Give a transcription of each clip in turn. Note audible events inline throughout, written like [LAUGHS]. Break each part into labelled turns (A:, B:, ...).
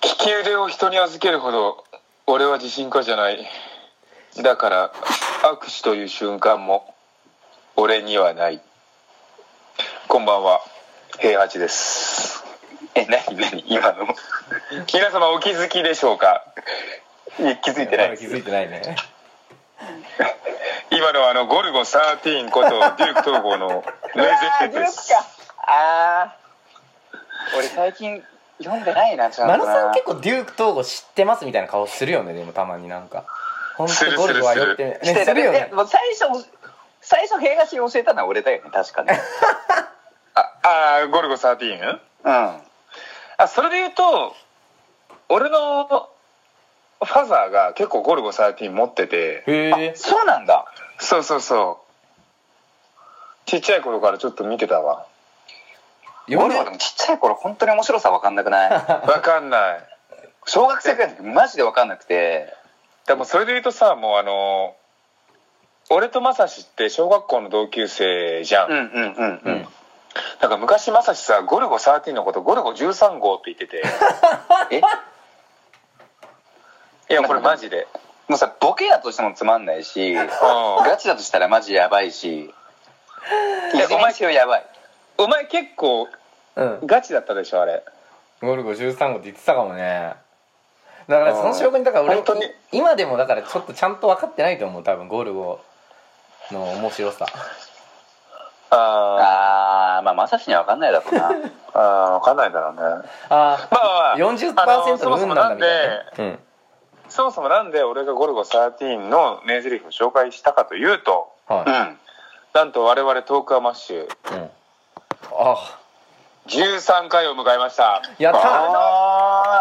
A: き腕を人に預けるほど俺は自信家じゃないだから握手という瞬間も俺にはないこんばんは平八です
B: え、なになに今の。
A: 皆様お気づきでしょうかいや気づいてないです
C: 気づいてないね。
A: 今のはあのゴルゴ13ことデューク統合の名
B: あ
A: 前説
B: ー、デュー
A: で
B: ク
A: す
B: か。あー。俺最近読んでないな、ちゃん
C: マ
B: と
C: ロ
B: な。
C: さん結構デューク統合知ってますみたいな顔するよね、でもたまになんか。本
A: する
C: 当ゴルゴはよってね、
B: して
C: するよ
B: ね
C: ね。。
B: もう最初、最初、平橋に教えたのは俺だよね、確かね。
A: ああーゴルゴ 13?
B: うん。
A: あそれで言うと俺のファザーが結構ゴルゴ13持ってて
C: へえ。
B: そうなんだ。
A: そうそうそうちっちゃい頃からちょっと見てたわ
C: よ
B: 俺はでもちっちゃい頃、本当に面白さ分かんなくない
A: わかんない
B: 小学生くらいの時、マジで分かんなくて。
A: でもそれで言うとさもうあの俺とまさしって小学校の同級生じゃん、
B: うんうんうん
C: う
B: うんん。。
A: なんか昔まさしさゴルゴ13のことゴルゴ13号って言ってて
B: え
A: いやこれマジで
B: もうさ、ボケだとしてもつまんないし、ガチだとしたらマジやばいし、い
A: や
B: や、お前今日やばい。
A: お前結構
C: うん。
A: ガチだったでしょあれ
C: ゴルゴ13号って言ってたかもね。だからその証拠にだから俺
A: 本当に
C: 今でもだからちょっとちゃんと分かってないと思う多分ゴルゴの面白さ
A: あ
B: あー、まあ、まさしには分かんないだろうな。
A: ーあー分かんないだろうね
C: あ
A: まあまあ
C: あ40%の運なんだみたいなねうん
A: そもそもなんで俺が「ゴルゴ13」の名台詞を紹介したかというと
B: う
C: は
B: ん。
A: なんと我々トークアマッシュ
C: い、うん、あ
A: 13回を迎えました
C: やった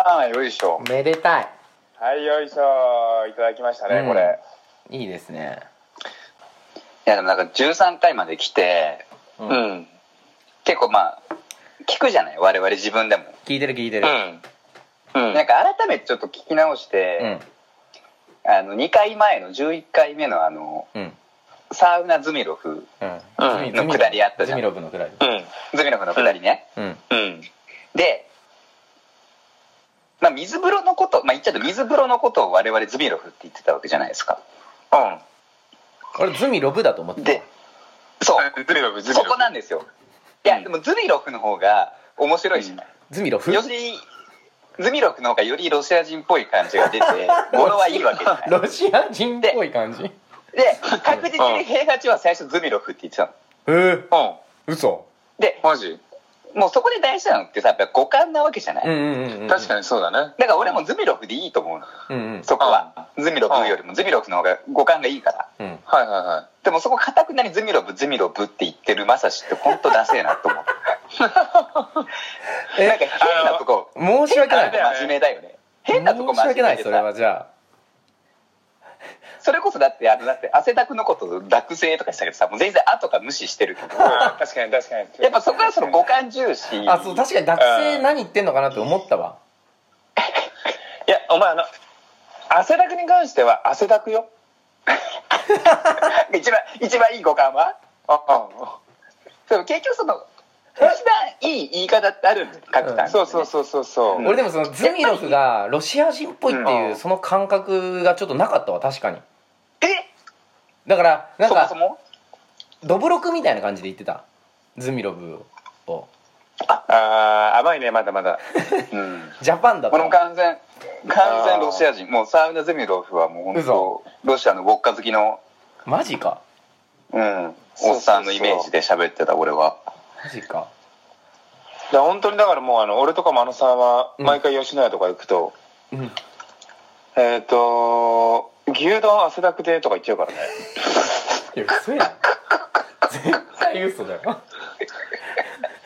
B: あー、よいしょ。
C: めでたい
A: はいよいしょいただきましたね、
C: うん
A: これ
C: いいですね
B: いや、でもなんか13回まで来て、
C: う
A: うんうん、
B: 結構まあ、聞くじゃない我々自分でも。
C: 聞いてる聞いて
A: う
C: る
A: んうん
B: なんか改めてちょっと聞き直し
C: う
B: て、
C: ん
B: あの、2回前の11回目のあの、
C: うん
B: サウナズミロフ、
C: うん
A: うん
C: ズミ
B: のくだりあったじゃ
C: ズ
B: ん
C: ミロブのくだり
A: うん
B: ズミロフのくだりね。
C: うん
A: うん
B: で、まあ、水風呂のこと、まあ、言っちゃうと水風呂のことを我々ズミロフって言ってたわけじゃないですか。
A: うん
C: 俺ズミロブだと思ってた
B: で、そう、
A: ズミロブズミ
B: そ
A: ロブ
B: こなんですよ。いや、
A: うん
B: でもズミロフの方が面白いじゃない。
C: ズミロフ
B: より、ズミロフの方がよりロシア人っぽい感じが出て、語呂はいいわけじゃない。
C: [LAUGHS] ロシア人っぽい感じ
B: で、確実に平八は最初ズミロフって言ってたの。
C: えー、
A: うん
C: 嘘
B: で、
A: マジ
B: もうそこで大事なのってさ、やっぱ五感なわけじゃない。
C: うんうんうんうん
A: 確かにそうだね
B: だから俺もズミロフでいいと思うの。
C: にうんうん
B: そこは。ズミロフよりもズミロフの方が五感がいいから。
C: うん
A: はいはいは
B: でもそこかたくなにズミロブズミロブって言ってるまさしって本当ダセえなと思って
C: え
B: なんか変なとこ
C: 申し訳な
B: なん
C: い
B: か真面目だよね変なとこ
C: 申し
B: 真
C: 訳な
B: 面目
C: い
B: で
C: それは
B: さ
C: じゃ
B: それこそだってあれだって汗だくのこと濁性とかしたけどさもう全然「あ」とか無視してるけど
A: いうん確かに確かに
B: やっぱそこはその五感重視
C: ああそう確かに学生何言ってんのかなって思ったわ
A: いやお前あの汗だくに関しては汗だくよ
B: 一番一番いい五感は
A: あ
B: でも結局その一番いい言い方ってあるんだよ各
A: あ
B: 単
A: そうそうそうそうそう、
C: 俺でもそのズミロフがロシア人っぽいっていううんその感覚がちょっとなかったわ確かに
B: え
C: だからなん
B: そもそ
C: か
B: も
C: どぶろくみたいな感じで言ってたズミロブを
A: あー甘いねまだまだ
B: うん
C: ジャパンだと
B: 俺も完全完全ロシア人もうサウナゼミロフはもう本
C: 嘘
B: 当ロシアのウォッカ好きの、
C: マジか
B: うん、お
A: そうそうそう
B: っさんのイメージで喋ってた俺は
C: マジか
A: だから本当にだからもうあの俺とか真野さんは
C: うん
A: 毎回吉野家とか行くと、
C: うん
A: えっ、と牛丼汗だくでとか言っちゃうからね
C: いや嘘やん絶対嘘だよ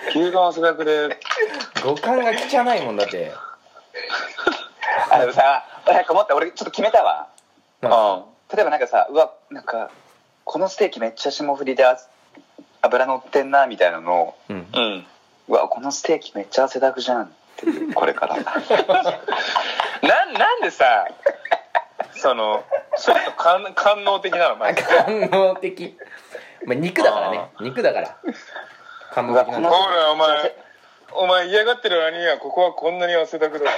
A: 牛丼汗だくで
C: 五感が汚いもんだって
B: あでもさなんか思った俺ちょっと決めたわ
C: なんか
A: あ
B: 例えばなんかさうわなんかこのステーキめっちゃ霜降りであ油乗ってんなみたいなのを
C: うん
A: うん
B: うわこのステーキめっちゃ汗だくじゃんっていうこれから [LAUGHS]
A: なんなんでさそのちょっと官官能的なのマジで
C: 官能的まあ肉だからね肉だから官
B: う
C: 能
B: わ
C: 的な
B: こ
C: ん
B: の
C: だ
A: ほらお前お前嫌がってる割にはここはこんなに汗だくだ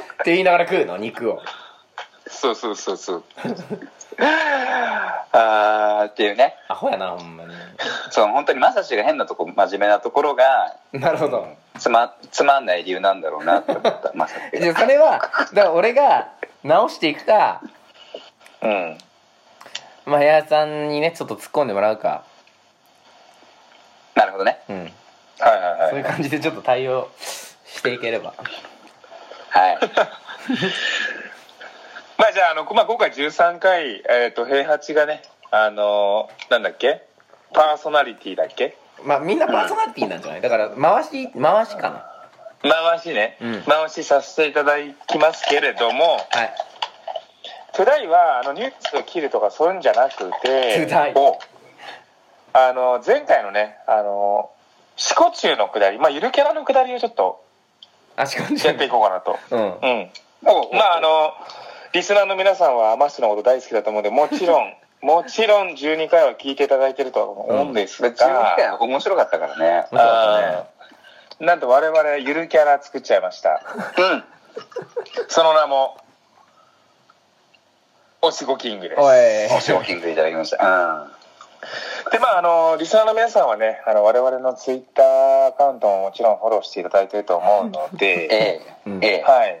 C: って言いながら食うの肉を
A: そうそうそうそう
B: あーっていうね
C: アホやなほんまに
B: その本当にまさしが変なとこ真面目なところが
C: なるほど
B: つまつまんない理由なんだろうなって思ったまさし [LAUGHS]
C: でそれはだから俺が直していくか
A: うん
C: まあ部屋さんにねちょっと突っ込んでもらうか
B: なるほどね
C: うん
A: はいはいはい
C: そういう感じでちょっと対応していければ
B: はい
A: まあじゃああの、まあ、今回13回、えー、と平八がねあのーなんだっけパーソナリティだっけ
C: まあみんなパーソナリティなんじゃないだから回し回しかな
A: 回しね、
C: うん
A: 回しさせていただきますけれども
C: はい
A: トゥダイはあのニュースを切るとかそういうんじゃなくて
C: トゥダイ
A: おあの前回のねあの四股中のくだり、まあ、ゆるキャラのくだりをちょっと
C: あしこんじ
A: や
C: ゃ
A: ってい
C: ん
A: こうかなと。
C: うん
A: うん、まああのリスナーの皆さんはマッシュのこと大好きだと思うんでもちろ
C: [LAUGHS]
A: んもちろん12回は聞いていただいてるとは思うんですが、
B: 12回は面白かったからね
C: 面白か
A: うんなんと我々ゆるキャラ作っちゃいました
B: うん
A: その名もおしごキングです
C: おい
B: お [LAUGHS] 商品でいただきました
A: でまああのリスナーの皆さんはねあの我々のツイッターアカウントももちろんフォローしていただいてると思うの
B: うん
A: で
B: ええ
C: うん
B: ええ
A: はい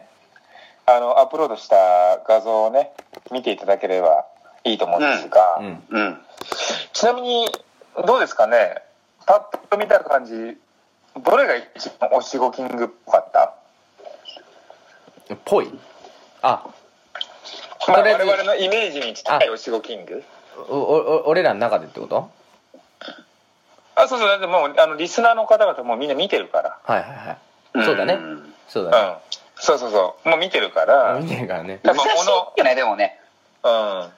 A: あのアップロードした画像をね見ていただければいいと思うんですが、
C: うん
B: うん
A: ちなみにどうですかねパッと見た感じどれが一番おしごキングっぽかった
C: ぽいあ
A: まあ、
C: とりあえ
A: 我
C: ず
A: 々のイメージに近いおしごキング
C: おお俺らの中でってこと
A: あそうそうだってもうあのリスナーの方々もうみんな見てるか
C: はいはいはい
B: ん
C: そうだね
B: ん
C: そうだ
A: ら
C: ね
A: うんそうそうそうもう見てるから
C: 見てるからね
A: 多
B: 難
A: 分
B: しいよねでもね
A: うん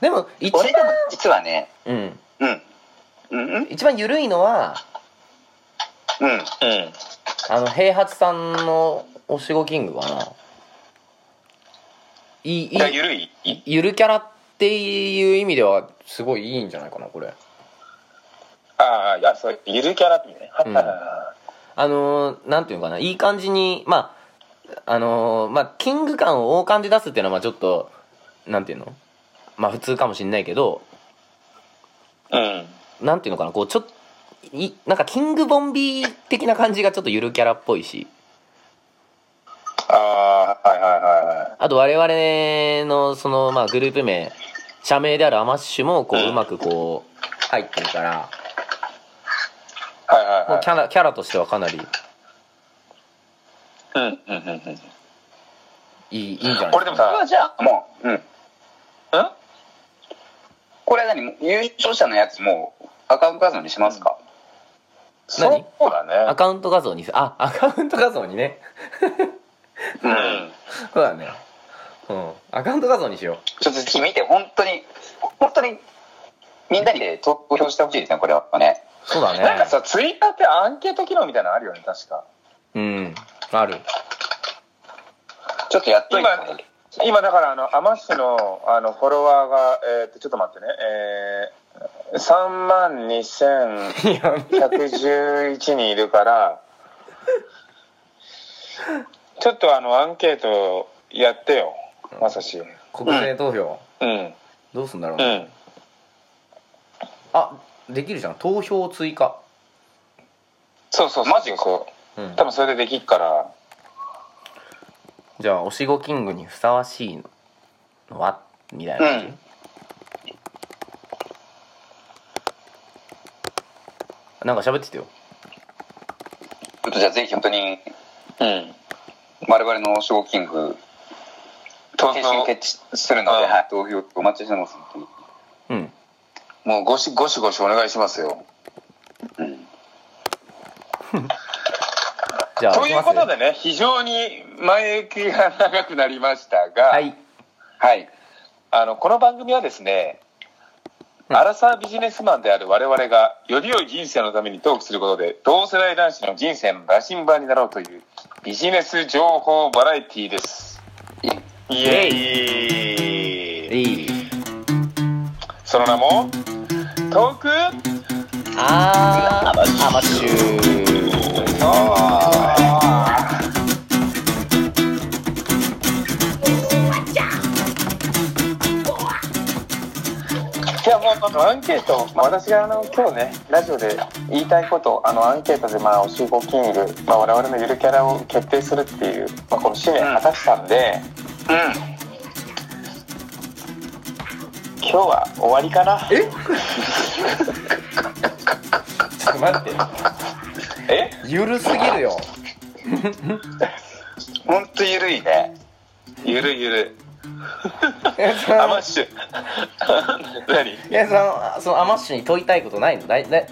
C: でも一番
B: 俺でも実はね
C: うん
B: うんうんうん
C: 一番緩いのは
B: うん
A: うん
C: あの平八さんのおしごキングかないいい
A: いや
C: い
A: ゆるい
C: ゆるキャラっていう意味ではすごいいいんじゃないかなこれ
A: あああそうゆるキャラってね、
C: うん
A: は
C: あのーなんていうのかないい感じにまああのーまあキング感を大感じ出すっていうのはまあちょっとなんていうのまあ普通かもしれないけど
A: いうん
C: なんていうのかなこうちょっいなんかキングボンビー的な感じがちょっとゆるキャラっぽいし
A: ああはいはいはいはい
C: あと我々のそのまあグループ名社名であるアマッシュもこ
A: う
C: うんうまくこう入ってるから
A: はいはい
C: もう
A: は
C: キャラキャラとしてはかなり
A: いうんうんうんうん
C: いいいいんじゃない
A: これでもさ
B: これはじゃあもううん
A: うん
B: これは何優勝者のやつもうアカウント画像にしますか、
A: そうだね
C: アカウント画像にあアカウント画像にね
B: うん
A: うん
C: そうだねうんアカウント画像にしよ
B: ちょっと君見て本当に本当にみんなにで投票してほしいですねこれはね
C: うそうだ
A: なんか
C: ね
A: さツイッターってアンケート機能みたいなのあるよね確か
C: うんある
B: ちょっとやっといて
A: 今今だからあのアマッシュのあのフォロワーが、えーっとちょっと待ってねえー、3万
C: いや
A: 2111人いるからちょっとあのアンケートやってよまさしう
C: [LAUGHS] 国政投票、
A: ん
C: どうすんだろう、
A: う
C: ね
A: ん
C: あできるじゃん投票追加
A: そうそうそう
B: マジか
C: うん
A: 多分それでできっから
C: じゃあおしごキングにふさわしいのはみたいな感じ、
B: うん
C: なんか喋っててよ
B: ちょっとじゃあぜひ本当に
A: うん
B: 我々のショーキング
A: 投
B: 決心
A: 票
B: 決するので、
A: うん
B: はい、投票お待ちしてます本当
C: う
B: に
C: ん
A: もうゴシゴシゴシお願いしますよ
B: うん
C: じゃあ
A: ということ
C: 行きます
A: でね非常に前行きが長くなりましたが、
C: はい
B: はい
A: あのこの番組はですね、
C: うん
A: アラサービジネスマンである我々がより良い人生のためにトークすることで同世代男子の人生の羅針盤になろうというビジネス情報バラエティーです
B: い
A: イエ
C: イ
A: イ
C: いい
A: その名も「トーク
C: あー、アマチュー。
A: あーいやもうあのアンケート、まあ私があの今日ねラジオで言いたいことあのアンケートでまあお集合キング、まあ、我々のゆるキャラを決定するっていう、まあ、この使命果たしたんで、
B: うん
A: 今日は終わりかなえ
C: ちょっと待って。
A: え
C: ゆるすぎるよ。
B: ほんとゆるいね
A: ゆるゆ
B: [LAUGHS]
A: る
C: えそ
A: アマ
C: の
A: ッシュ [LAUGHS] 何
C: えそのそのアマッシュに問いたいことないのだいだい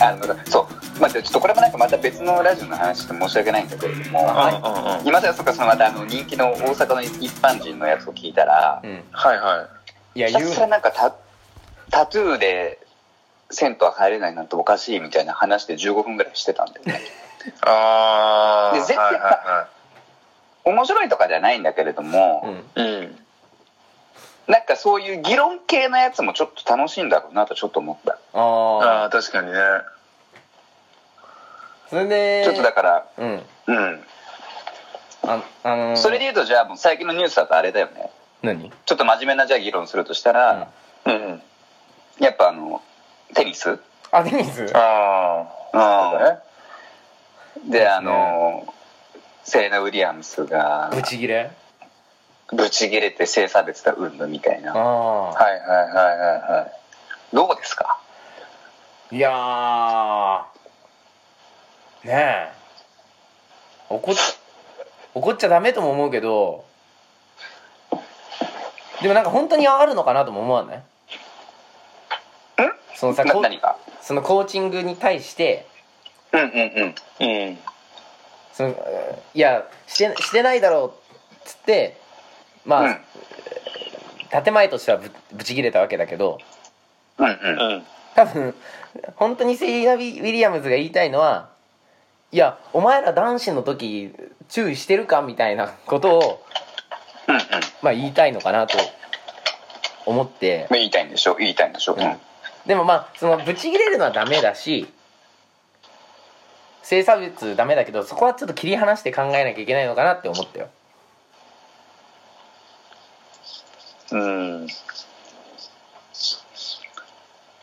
B: あのそうまあちょっとこれもなんかまた別のラジオの話で申し訳ないんだけれども、
A: うんうんうん
B: 今更そっかそのまたあの人気の大阪の一般人のやつを聞いたら、
C: うん
A: はいはい
C: いや
B: ひた
C: 言う
B: すらなんかタタトゥーで銭湯入れないなんておかしいみたいな話で15分ぐらいしてたんだよね
A: あ
B: で絶対面白いとかじゃないんだけれども、
A: い
C: うん
A: はいはいうん
B: なんかそういう議論系のやつもちょっと楽しいんだろうなとちょっと思った、
C: あ
A: あー確かにね
C: あそれで
B: ちょっとだから
C: うん
B: うん
C: ああのー、
B: それで言うとじゃあもう最近のニュースだとあれだよね
C: 何
B: ちょっと真面目なじゃあ議論するとしたら、
A: うん
B: やっぱあのテニス、
C: あデニス
A: ああ
B: であのセレナ・ウィリアムスが
C: ブチギレ
B: ブチギレて性差別だうんぬみたいな
C: ああ
A: はいはいはいはいはい
B: どうですか
C: いやーねえ怒っ怒っちゃダメとも思うけどでもなんか本当にあるのかなとも思わないそのさ
B: な
C: こう
B: 何か
C: そのコーチングに対して
B: うんうんうん
A: うん
C: そのえーいやしてしてないだろうっつってまあ、
B: うん
C: 建前としてはぶぶち切れたわけだけど
B: うんうん
A: うん
C: 多分本当にセリーナ・ウィウィリアムズが言いたいのはいやお前ら男子の時注意してるかみたいな [LAUGHS] ことを、
B: うんうん
C: まあ、言いたいのかなと思って
B: 言いたいんでしょ言いたいんでしょ、うん、うん
C: でもまあそのぶち切れるのはダメだし性差別ダメだけどそこはちょっと切り離して考えなきゃいけないのかなって思ったよ
A: うん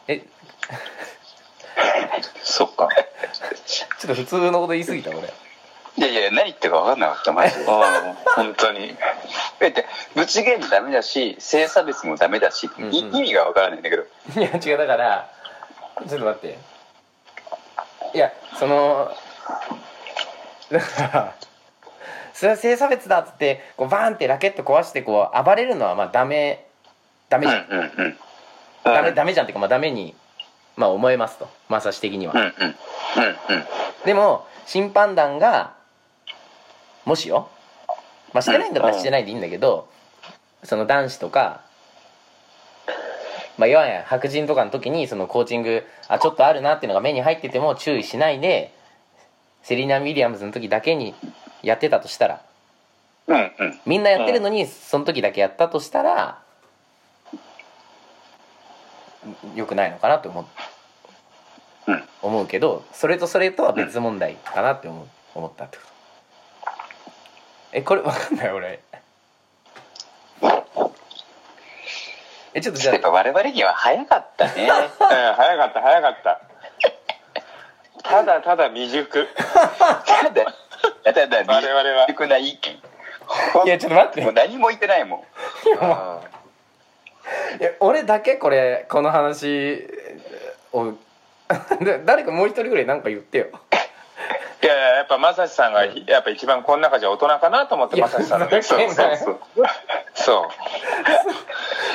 C: え
A: そっか
C: ちょっと普通のこと言い過ぎた俺
B: いやいや何言ってるか分かんなかったマジで
A: ああ本当に
B: だってぶち切れもダメだし性差別もダメだし、い
C: うんうん
B: 意味が分からないんだけど
C: いや違うだからちょっと待っていやその [LAUGHS] だからそれは性差別だっつってこうバーンってラケット壊してこう暴れるのはまあダメダメ
B: うん
C: じゃ
B: う
C: ん、
B: んうん
C: ダメダメじゃんっていうかまあダメにまあ思えますとまさし的には、
B: うんうんうんうん
C: でも審判団がもしよまあしてないんだったらしてないでいいんだけど、その男子とかまあいわゆる白人とかの時にそのコーチングあちょっとあるなっていうのが目に入ってても注意しないでセリーナ・ウィリアムズの時だけにやってたとしたら
B: うんうん
C: みんなやってるのにその時だけやったとしたら、よくないのかなと思う、
B: うん
C: 思うけどそれとそれとは別問題かなって思う思ったってことえこれわかんない俺えちょっとじゃ
B: やっぱ我々には早かったね
A: うん早かった早かったただただ未熟
B: ただただ
A: 我々は
B: 未熟な意見
C: あいやちょっと待って
B: もう何も言ってないもん
C: いや俺だけこれこの話を [LAUGHS] で誰かもう一人ぐらいなんか言ってよ
A: いやいややっぱまさしさんが
C: うん
A: やっぱ一番この中じゃ大人かなと思って
C: いや
A: まさしさんのね
C: ふざ
A: そ
C: け
A: うん
C: な
A: そうそうそう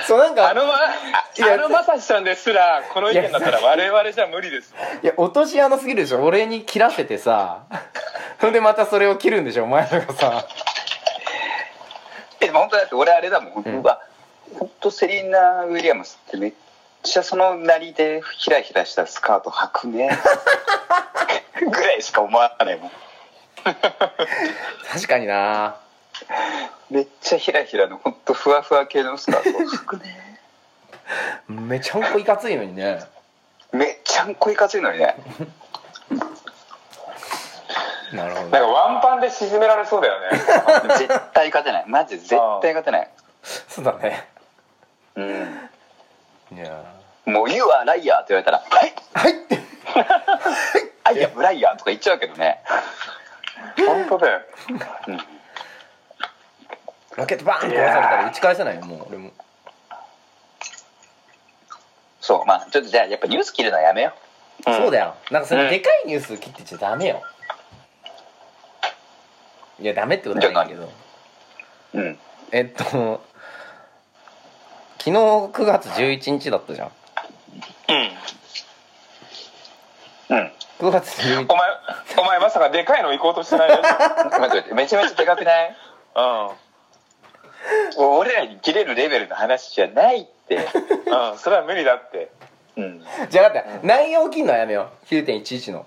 C: そうなんか
A: あのま
C: いや
A: あのまさしさんですらこの意見だったら我々じゃ無理です
C: いや、落とし穴すぎるでしょ俺に切らせてさ。 [LAUGHS] それでまたそれを切るんでしょお前らがさ。
B: えでも本当だって俺あれだもん、
C: うん
B: うわ本当セリーナ・ウィリアムスってめっちゃそのなりでひらひらしたスカート履くねぐらいしか思わないもん
C: 確かにな
B: めっちゃひらひらの本当ふわふわ系のスカートを履くね
C: めちゃんこいかついのにね
B: [LAUGHS] めっちゃんこいかついのにね
C: なるほ
A: なん
C: ど
A: かワンパンで沈められそうだよね
B: 絶対勝てないマジで絶対勝てない
C: そうだね
B: うん
C: いや
B: もう「You are liar」って言われたら「はい
C: はいって
B: アイアムライアー」とか言っちゃうけどね
A: 本当だよ
C: ラケットバーンって壊されたら打ち返せないよもう俺も
B: そうまあちょっとじゃあやっぱニュース切るのはやめよ
C: そうだよなんかそ
A: うん
C: れでかいニュース切ってちゃダメよいやダメってことはないんだけど
B: ううん
C: えっと昨日9月11日だったじゃん
B: うん
C: 9月11
A: お前お前まさかでかいの行こうとして
B: [LAUGHS]
A: ないで
B: 待って待ってめちゃめちゃでかくないも [LAUGHS] う俺らに切れるレベルの話じゃないって
A: うん、うん、それは無理だって
B: うん
C: 日じゃあ分かった内容切んのはやめよう9.11の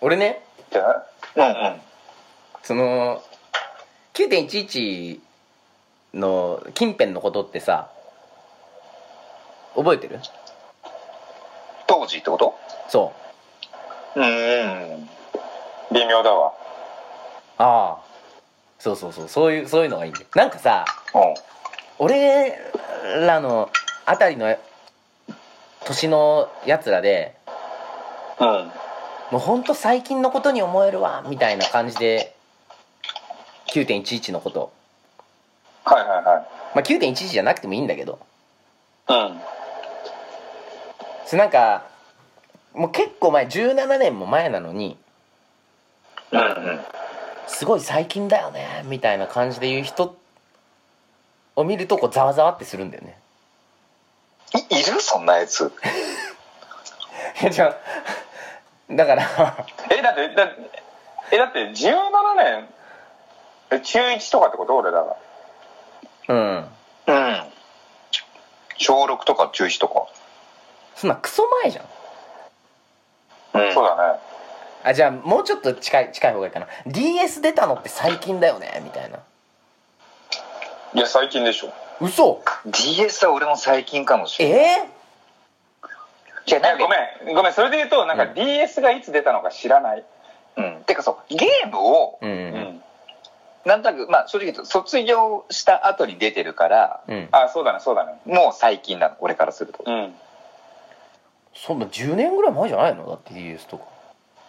C: 俺ね
A: じゃあ
B: うんうん
C: その9.11の近辺のことってさ覚えてる
B: 当時ってこと
C: そう
B: うん
A: 微妙だわ
C: ああそうそうそうそういうそういうのがいいんだよなんかさ俺らのあたりの年のやつらで
B: うんうん
C: もうほんと最近のことに思えるわみたいな感じで9.11のこと
A: はいはいはい
C: まあ9.11じゃなくてもいいんだけど
B: うん
C: それなんかもう結構前17年も前なのに
B: うんうん
C: すごい最近だよねみたいな感じで言う人を見るとこうざわざわってするんだよね
B: いいるそんなやつ
C: いやじゃあだから [LAUGHS]
A: えだってだえだって17年え中1とかってこと俺らが
C: うん
B: うん小6とか中止とか
C: そんなクソ前じゃん
B: うん
A: そうだね
C: あじゃあもうちょっと近い近い方がいいかな DS 出たのって最近だよねみたいない
A: や最近でしょ
C: 嘘
B: DS は俺も最近かもしれない
C: え
B: じゃ
A: いやご
B: んか
A: めんごめんそれで言うとなん
C: う
A: か
C: ん
A: DS がいつ出たのか知らない、
B: うんてかそうゲームを
C: ー、うん
A: う
C: うん
B: なんとなくまあ正直言うと卒業した後に出てるから
C: うん
A: あそうだねそうだね
B: もう最近なの俺からすると
A: うん
C: そんな10年ぐらい前じゃないのだって DS とか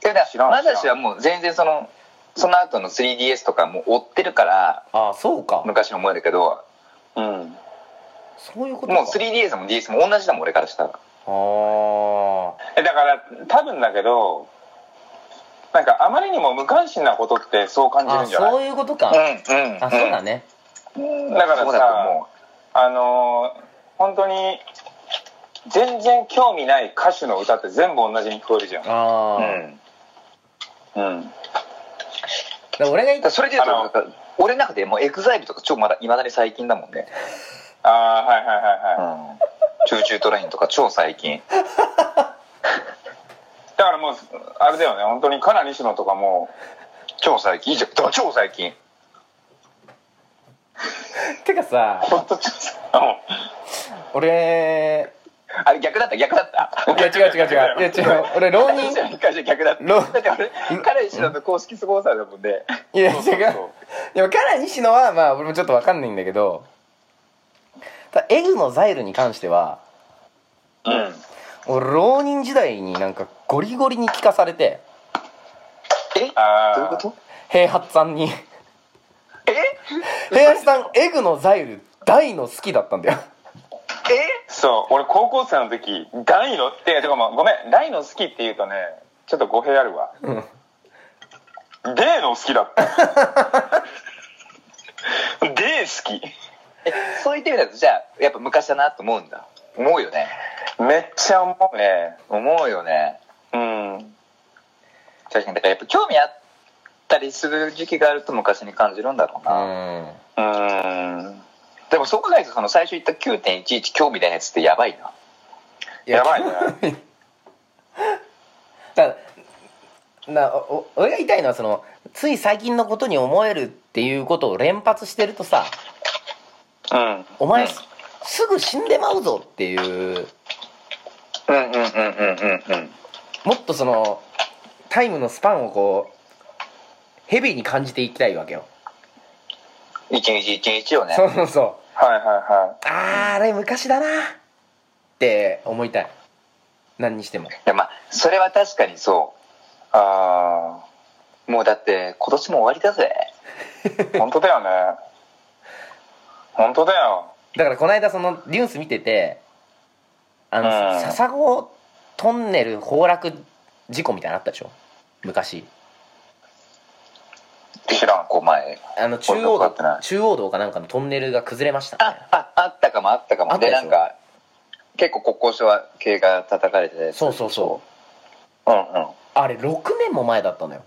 B: いやだ
A: 知
B: から
A: ん
B: まだしはもう全然そのその後の 3DS とかも追ってるから
C: ああそうか
B: 昔の思えるけど
A: うん
C: そういうことか
B: もう 3DS も DS も同じだもん俺からしたら
C: あ
A: えだから多分だけどなんかあまりにも無関心なことってそう感じ
C: ー
A: る
C: あ
A: んじゃな
C: そ
A: いう
C: いうことか、
B: んうん
C: あそうだね
A: だからさ
B: そうだと思
A: あのー本当に全然興味ない歌手の歌って全部同じに聞こえるじゃん
C: あ
B: う
C: あ、
B: うん
A: うん
C: だから俺が言っ
B: だか
C: た
B: らそれで言うと
A: あの
B: なんか俺の中でもうエグザイルとか超まだいまだに最近だもんね、
A: ああはいはいはいはい、
B: うん、チューチュートラインとか超最近
A: だからもうあれだよね本当にカナ西野とかも
B: 超最近いいじゃんだから [LAUGHS] 超最近
C: てかさ
A: 本当ちょっとうん
C: 俺
B: あれ逆だった逆だった
C: いや違う違う違ういや違う俺浪人 [LAUGHS]
B: 一回じゃ逆だった
C: ロ
B: だ
A: [LAUGHS]
B: って俺彼氏の公式スポンサーだもんね
C: いや違う
A: そうそうそう
C: でもカラ西野はまあ俺もちょっとわかんないんだけどただエグのザイルに関しては
B: うん
C: 俺浪人時代になんかゴリゴリに聞かされて
B: え
A: あー
B: どういうこと
C: 平八さんに
B: え
C: 平八さんエグのザイル大の好きだったんだよ
B: え
A: そう俺高校生の時大のっててかまあごめん大の好きって言うとねちょっと語弊あるわ
C: うん
A: デーの好きだった
B: [LAUGHS]
A: デー好
B: えそういった意味だとじゃあやっぱ昔だなと思うんだ思うよね
A: きめっちゃ思うね
B: 思うよね
A: うん
B: 確かにだからやっぱ興味あったりする時期があると昔に感じるんだろうな、
C: うん
A: うん
B: でもそう考えるとその最初言った9.11興味ないやつってやばいな
A: やばいね
C: だからなおお俺が言いたいのはそのつい最近のことに思えるっていうことを連発してるとさ
B: うん
C: お前、
B: うん
C: すぐ死んでまうぞっていう
B: うんうんうんうんうんうん
C: もっとそのタイムのスパンをこうヘビーに感じていきたいわけよ、
B: 一日一日をね
C: そうそうそう
B: はいはいは
C: あーあれ昔だなって思いたい何にしても
B: いいやまあそれは確かにそうああもうだって今年も終わりだ [LAUGHS] ぜ
A: 本当だよね本当だよ
C: だからこの間そのニュース見ててあの
B: うん
C: さ笹子トンネル崩落事故みたいなのあったでしょ昔
B: 知らんこう前
C: あの中
B: 俺
C: 央
B: 分かってな
C: 道中央道かなんかのトンネルが崩れましたね
B: あああったかもあったか
C: あ
B: も
C: った
B: で
C: でしょ
B: なんか結構国交省は系が叩かれてて
C: そうそうそう
B: うんうん
C: うあれ6年も前だったのよ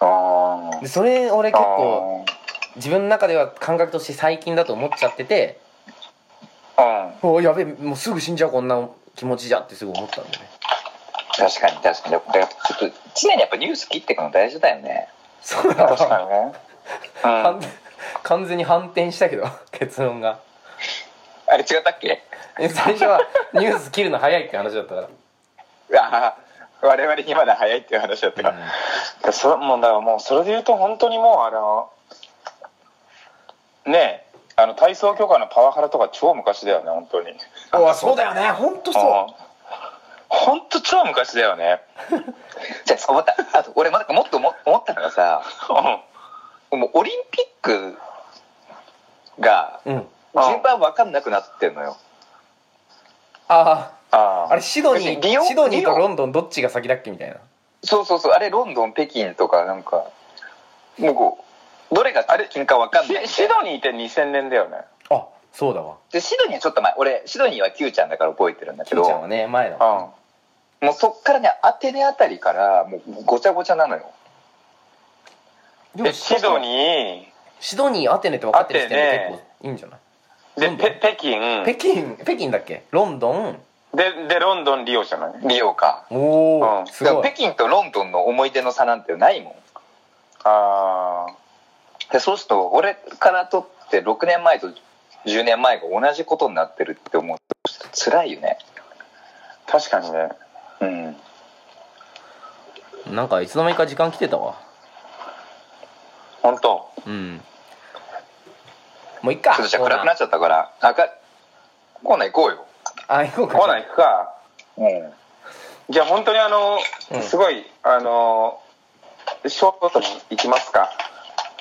B: あー
C: でそれ俺結構
B: あ
C: 自分の中では感覚として最近だと思っちゃってて
B: ーうん
C: おやべえもうすぐ死んじゃうこんな気持ちじゃってすぐ思ったんだよね
B: 確かに確かにだからやっぱちょっと常にやっぱニュース切っていくの大事だよね
C: そうな
B: 確かにねうん
C: 完完全に反転したけど結論が
B: あれ違ったっけ [LAUGHS]
C: え最初はニュース切るの早いって話だったか、
B: ああ我々にまだ早いっていう話だったからら、
A: でそもうだからもうそれで言うと本当にもうあのねえあの体操許可のパワハラとか超昔だよね本当に
C: おいそうだよね本当
A: うん本当超昔だよね [LAUGHS]
B: じゃあ思ったあと俺まだもっとも思ったのがさ
A: うん
B: もうオリンピックが
C: う、うん、
B: 順番分かんなくなってんのよ
C: あ
A: あ
C: ああれシドニ
B: 別にリオ
C: ーシドニー
B: リオ
C: とロンドンどっちが先だっけみたいな
B: そうそうそうあれロンドン北京とかなんかもうこうどれが直近か分かんない
A: シシドニーって2000年だよね
C: あそうだわ
B: でシドニーはちょっと前俺シドニーは Q ちゃんだから覚えてるんだけ
C: キム
B: ど
C: ちゃんはね前だわ
A: う
B: もうそっからねアテネあたりからもうごちゃごちゃなのよ
C: で
A: んで
C: も
A: シドニー
C: シドニーアテネって分かってる時点で結構いいんじゃない、
A: で
C: ロンドン
A: ペ北京
C: 北京北京だっけロンドン
A: ででロンドンリオじゃない
B: リオか
C: おお、
A: うん
C: すご
B: だから
C: い
B: 北京とロンドンの思い出の差なんてないもん
A: あ
B: でそうすると俺からとって6年前と10年前が同じことになってるって思うとちょっと辛いよね
A: あ確かにね
B: うん
C: なんかいつの間にか時間来てたわ
A: 本当
C: うんもういっか
B: ちょっとじゃあ暗くなっ
C: ち
B: ちゃったからあかコーナー行こうよ
C: ゃあ行こうか
A: コーナー行くか
B: うん
A: じゃあ本当にあの、
C: うん
A: すごいあのショートに行きますか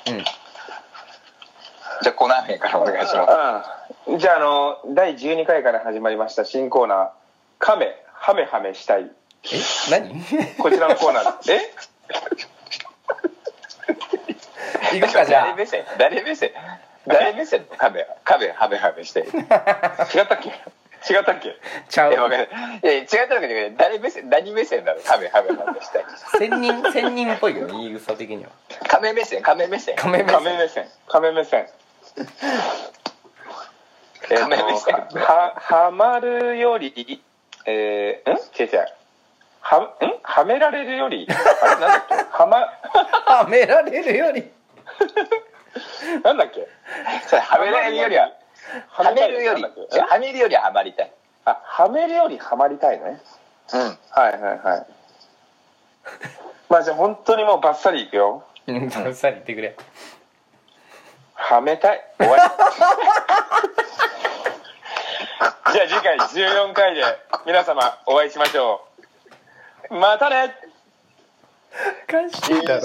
C: うん
B: じゃあコーナー名からお願いします
A: うんじゃああの第12回から始まりました新コーナー「カメハメハメしたい
C: え何行」
A: こちらのコーナー
B: [LAUGHS]
A: え
C: [LAUGHS] くかじゃ
B: 誰
C: あ
B: 目線誰目線誰目線のカメカメハメハメして [LAUGHS]
A: 違ったっけ違ったっけ
C: ちゃ
B: えわ
C: う
B: かんないえ違ったのか違う誰目線何目線なのカメハメハメしたい
C: 千人千人っぽいよね言い草的には
B: カメ目線カメ目線
C: カメ目
A: カ
C: 線
A: メ目線カメ目線えっと
B: カメ目線
A: ははまるよりえー、ん違う違うはんはめられるよりあれなんだっけはま
C: はめられるより
A: なんだっけ
B: それはめられるよりははめるより
A: はめたいなんだっけ
B: はめるよりははまりたい
A: あはめるよりはまりたいね
B: うん
A: はいはいはいまあじゃあ本当にもうバッサリいくよ
C: うんさっさり言ってくれ
A: はめたい終わり [LAUGHS] じゃあ次回14回で皆様お会いしましょうまたね
C: おかしいだろ